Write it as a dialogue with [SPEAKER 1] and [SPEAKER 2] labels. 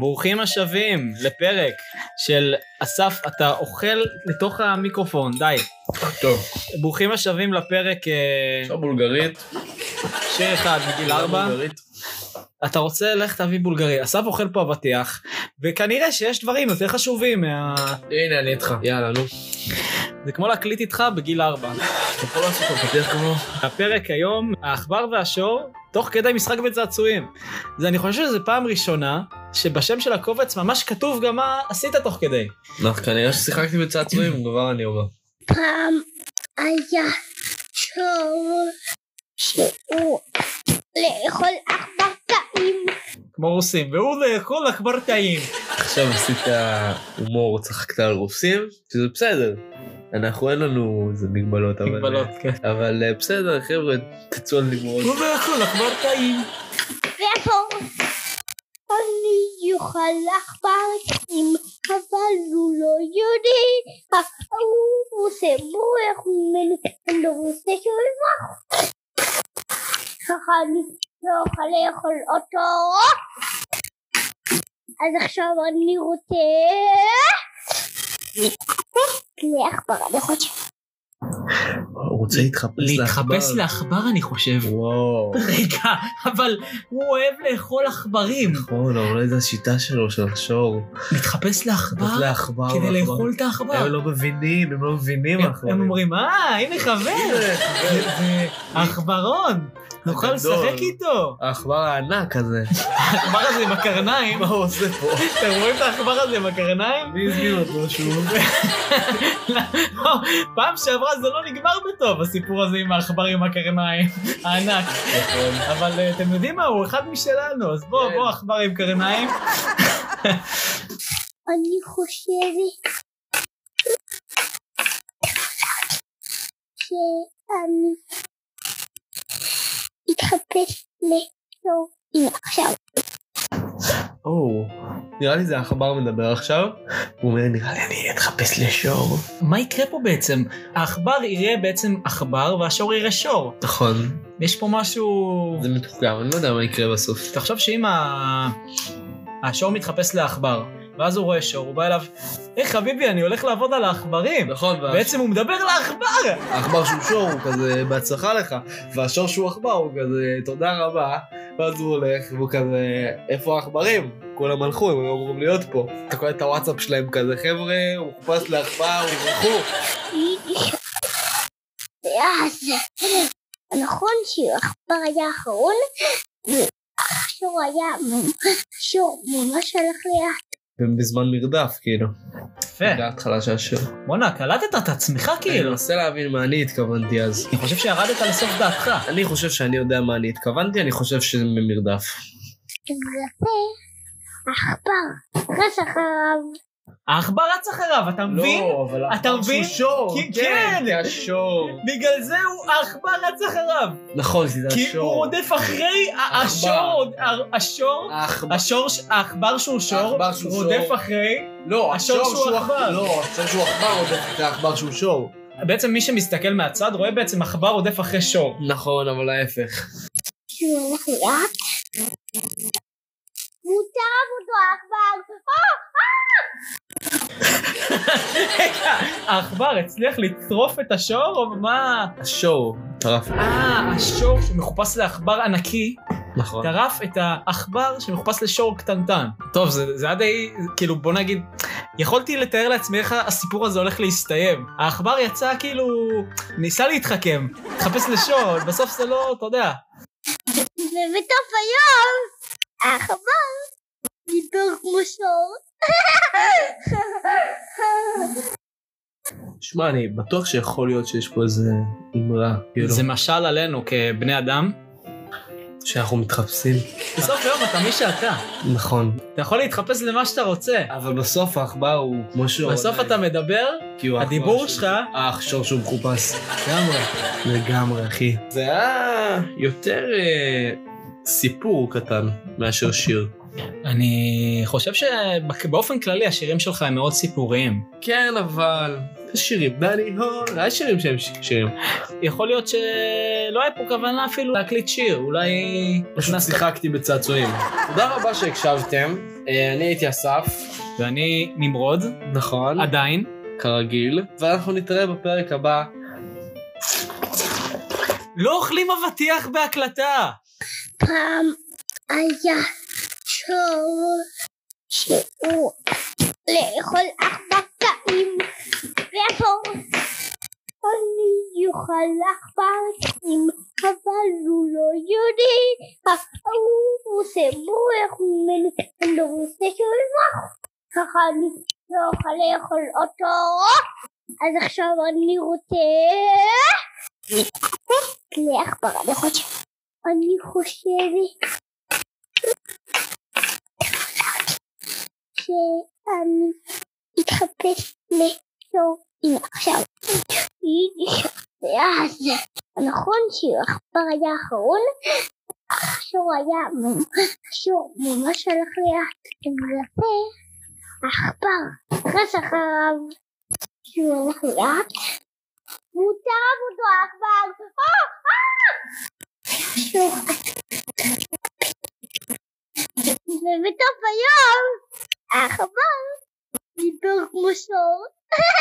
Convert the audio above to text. [SPEAKER 1] ברוכים השבים לפרק של אסף, אתה אוכל לתוך המיקרופון, די.
[SPEAKER 2] טוב,
[SPEAKER 1] ברוכים השבים לפרק אה,
[SPEAKER 2] עכשיו בולגרית. לא
[SPEAKER 1] שיר אחד מגיל ארבע.
[SPEAKER 2] בולגרית.
[SPEAKER 1] אתה רוצה, לך תביא בולגרי. אסף אוכל פה אבטיח, וכנראה שיש דברים יותר חשובים מה...
[SPEAKER 2] הנה, אני איתך. יאללה, נו.
[SPEAKER 1] זה כמו להקליט איתך בגיל ארבע.
[SPEAKER 2] אתה יכול לעשות את הפתיח כמו?
[SPEAKER 1] הפרק היום, העכבר והשור, תוך כדי משחק בצעצועים. זה, אני חושב שזו פעם ראשונה שבשם של הקובץ ממש כתוב גם מה עשית תוך כדי.
[SPEAKER 2] נכון, כנראה ששיחקתי בצעצועים, כבר אני אומר.
[SPEAKER 3] פעם היה שור שהוא לאכול ארבע פעמים.
[SPEAKER 1] כמו רוסים, והוא לאכול עכבר טעים.
[SPEAKER 2] עכשיו עשית הומור, צחקת על רוסים, שזה בסדר. אנחנו אין לנו איזה מגבלות, אבל... אה,
[SPEAKER 1] מגבלות, כן.
[SPEAKER 2] אבל אה, בסדר, חבר'ה, תצאו על נגמרות.
[SPEAKER 1] הוא לאכול עכבר טעים.
[SPEAKER 3] והבור אני יאכל ארבע פעמים, אבל הוא לא יודע מה הוא עושה, בורח ממנו, אני לא רוצה שהוא יברח. ככה אני לא אוכל לאכול אותו. אז עכשיו אני רוצה... לעכבר, אני חושב.
[SPEAKER 2] הוא רוצה להתחפש
[SPEAKER 1] להתחפש לעכבר אני חושב.
[SPEAKER 2] וואו.
[SPEAKER 1] רגע, אבל הוא אוהב לאכול עכברים.
[SPEAKER 2] נכון, אבל אולי זו השיטה שלו, של השור.
[SPEAKER 1] להתחפש
[SPEAKER 2] לתת
[SPEAKER 1] לעכבר
[SPEAKER 2] לעכבר.
[SPEAKER 1] כדי
[SPEAKER 2] אה? לעכבר.
[SPEAKER 1] לאכול את העכבר.
[SPEAKER 2] הם לא מבינים, הם לא מבינים.
[SPEAKER 1] הם-
[SPEAKER 2] אנחנו
[SPEAKER 1] הם אומרים, אה, הנה חבר,
[SPEAKER 2] הנה,
[SPEAKER 1] זה- זה עכברון, נוכל
[SPEAKER 2] הגדול.
[SPEAKER 1] לשחק איתו.
[SPEAKER 2] העכבר הענק הזה.
[SPEAKER 1] העכבר הזה עם הקרניים,
[SPEAKER 2] מה הוא עושה פה?
[SPEAKER 1] אתם רואים את העכבר הזה עם הקרניים?
[SPEAKER 2] מי הזמין אותו שוב?
[SPEAKER 1] לא, פעם שעברה זה לא נגמר בטוב, הסיפור הזה עם העכבר עם הקרניים, הענק. אבל אה, אתם יודעים מה, הוא אחד משלנו, אז בוא,
[SPEAKER 2] נכון. כן.
[SPEAKER 1] בוא, עכבר עם קרניים.
[SPEAKER 3] אני חושבת שאני אתחפש לשור. הנה עכשיו.
[SPEAKER 2] או, נראה לי זה העכבר מדבר עכשיו. הוא אומר, נראה לי אני אתחפש לשור.
[SPEAKER 1] מה יקרה פה בעצם? העכבר יראה בעצם עכבר והשור יראה שור.
[SPEAKER 2] נכון,
[SPEAKER 1] יש פה משהו...
[SPEAKER 2] זה מתוחכם, אני לא יודע מה יקרה בסוף.
[SPEAKER 1] תחשוב שאם ה... השור מתחפש לעכבר, ואז הוא רואה שור, הוא בא אליו, היי חביבי, אני הולך לעבוד על העכברים.
[SPEAKER 2] נכון,
[SPEAKER 1] בעצם הוא מדבר לעכבר!
[SPEAKER 2] והעכבר שהוא שור הוא כזה בהצלחה לך, והשור שהוא עכבר הוא כזה תודה רבה, ואז הוא הולך והוא כזה איפה העכברים? כולם הלכו, הם היו אמורים להיות פה. אתה קולט את הוואטסאפ שלהם כזה, חבר'ה, הוא חופש לעכבר, תברחו.
[SPEAKER 3] אז נכון שהעכבר היה האחרון, והשור היה, השור ממש הלך לאט.
[SPEAKER 2] והם בזמן מרדף, כאילו. זה
[SPEAKER 1] יפה.
[SPEAKER 2] ההתחלה של השיר.
[SPEAKER 1] בואנה, קלטת את עצמך
[SPEAKER 2] אני
[SPEAKER 1] כן.
[SPEAKER 2] לא-
[SPEAKER 1] כאילו.
[SPEAKER 2] מנסה להבין מה אני התכוונתי אז.
[SPEAKER 1] אני חושב שירדת לסוף דעתך.
[SPEAKER 2] אני חושב שאני יודע מה אני התכוונתי, אני חושב שזה ממרדף.
[SPEAKER 3] וזה עכבר רץ אחריו.
[SPEAKER 1] העכבר רץ אחריו,
[SPEAKER 2] לא.
[SPEAKER 1] אתה מבין?
[SPEAKER 2] אבל
[SPEAKER 1] אתה
[SPEAKER 2] העכבר
[SPEAKER 1] מבין?
[SPEAKER 2] שהוא שור.
[SPEAKER 1] כי- כן.
[SPEAKER 2] כן, זה השור.
[SPEAKER 1] בגלל זה הוא העכבר רץ אחריו.
[SPEAKER 2] נכון, כי זה
[SPEAKER 1] כי הוא
[SPEAKER 2] השור.
[SPEAKER 1] רודף אחרי ה-
[SPEAKER 2] עכבר.
[SPEAKER 1] השור, עוד- ה- השור,
[SPEAKER 2] העכבר-
[SPEAKER 1] השור, ש- העכבר שהוא שור,
[SPEAKER 2] העכבר שהוא
[SPEAKER 1] רודף
[SPEAKER 2] שור.
[SPEAKER 1] אחרי.
[SPEAKER 2] לא,
[SPEAKER 1] השור שהוא
[SPEAKER 2] עכ-
[SPEAKER 1] עכבר.
[SPEAKER 2] לא, השור שהוא עכבר רודף את העכבר שהוא שור.
[SPEAKER 1] בעצם מי שמסתכל מהצד רואה בעצם עכבר רודף אחרי שור.
[SPEAKER 2] נכון, אבל ההפך.
[SPEAKER 3] שהוא הולך לאט. והוא טרף אותו עכבר.
[SPEAKER 1] רגע, העכבר הצליח לטרוף את השור או מה?
[SPEAKER 2] השור. טרף.
[SPEAKER 1] אה, השור שמחופש לעכבר ענקי,
[SPEAKER 2] נכון.
[SPEAKER 1] טרף את העכבר שמחופש לשור קטנטן. טוב, זה, זה היה די, כאילו, בוא נגיד, יכולתי לתאר לעצמי איך הסיפור הזה הולך להסתיים. העכבר יצא כאילו, ניסה להתחכם, התחפש לשור, אבל בסוף זה לא, אתה יודע.
[SPEAKER 3] ובתוך היום העכבר דיבר כמו שור.
[SPEAKER 2] שמע, אני בטוח שיכול להיות שיש פה איזה אמרה, כאילו,
[SPEAKER 1] זה משל עלינו כבני אדם.
[SPEAKER 2] שאנחנו מתחפשים.
[SPEAKER 1] בסוף היום אתה מי שאתה.
[SPEAKER 2] נכון.
[SPEAKER 1] אתה יכול להתחפש למה שאתה רוצה.
[SPEAKER 2] אבל בסוף העכבר הוא כמו שור.
[SPEAKER 1] בסוף אתה מדבר,
[SPEAKER 2] כי הוא העכבר
[SPEAKER 1] הדיבור
[SPEAKER 2] שהוא-
[SPEAKER 1] שלך,
[SPEAKER 2] האח לא, שור שהוא מחופש.
[SPEAKER 1] לגמרי.
[SPEAKER 2] לגמרי, אחי. זה היה יותר אה, סיפור קטן מאשר שיר.
[SPEAKER 1] אני חושב שבאופן כללי השירים שלך הם מאוד סיפוריים.
[SPEAKER 2] כן, אבל שירים, דני לא, הור, היה שירים שהם ש- שירים.
[SPEAKER 1] יכול להיות שלא היה פה כוונה אפילו להקליט שיר, אולי...
[SPEAKER 2] פשוט
[SPEAKER 1] הכנסת-
[SPEAKER 2] שיחקתי בצעצועים. תודה רבה שהקשבתם, אה, אני הייתי אסף,
[SPEAKER 1] ואני נמרוד,
[SPEAKER 2] נכון,
[SPEAKER 1] עדיין.
[SPEAKER 2] כרגיל, ואנחנו נתראה בפרק הבא.
[SPEAKER 1] לא אוכלים אבטיח בהקלטה!
[SPEAKER 3] פעם היה שור שהוא לאכול ארבע פעמים ואפור. אני אוכל עכברים אבל הוא לא יודע הוא עושה בורח ממנו אני לא רוצה שהוא יברח ככה אני לא אוכל לאכול אותו אז עכשיו אני רוצה לעכבר אני חושבת אני חושבת שאני אתחפש לסוריה עכשיו. ואז נכון שהעכבר היה האחרון, השור היה ממ- השור ממש הלך לאט ולפה העכבר רץ אחריו שהוא הלך לאט והוא טרף אותו העכבר אה! שוב. ובתוך היום העכבר דיבר כמו שור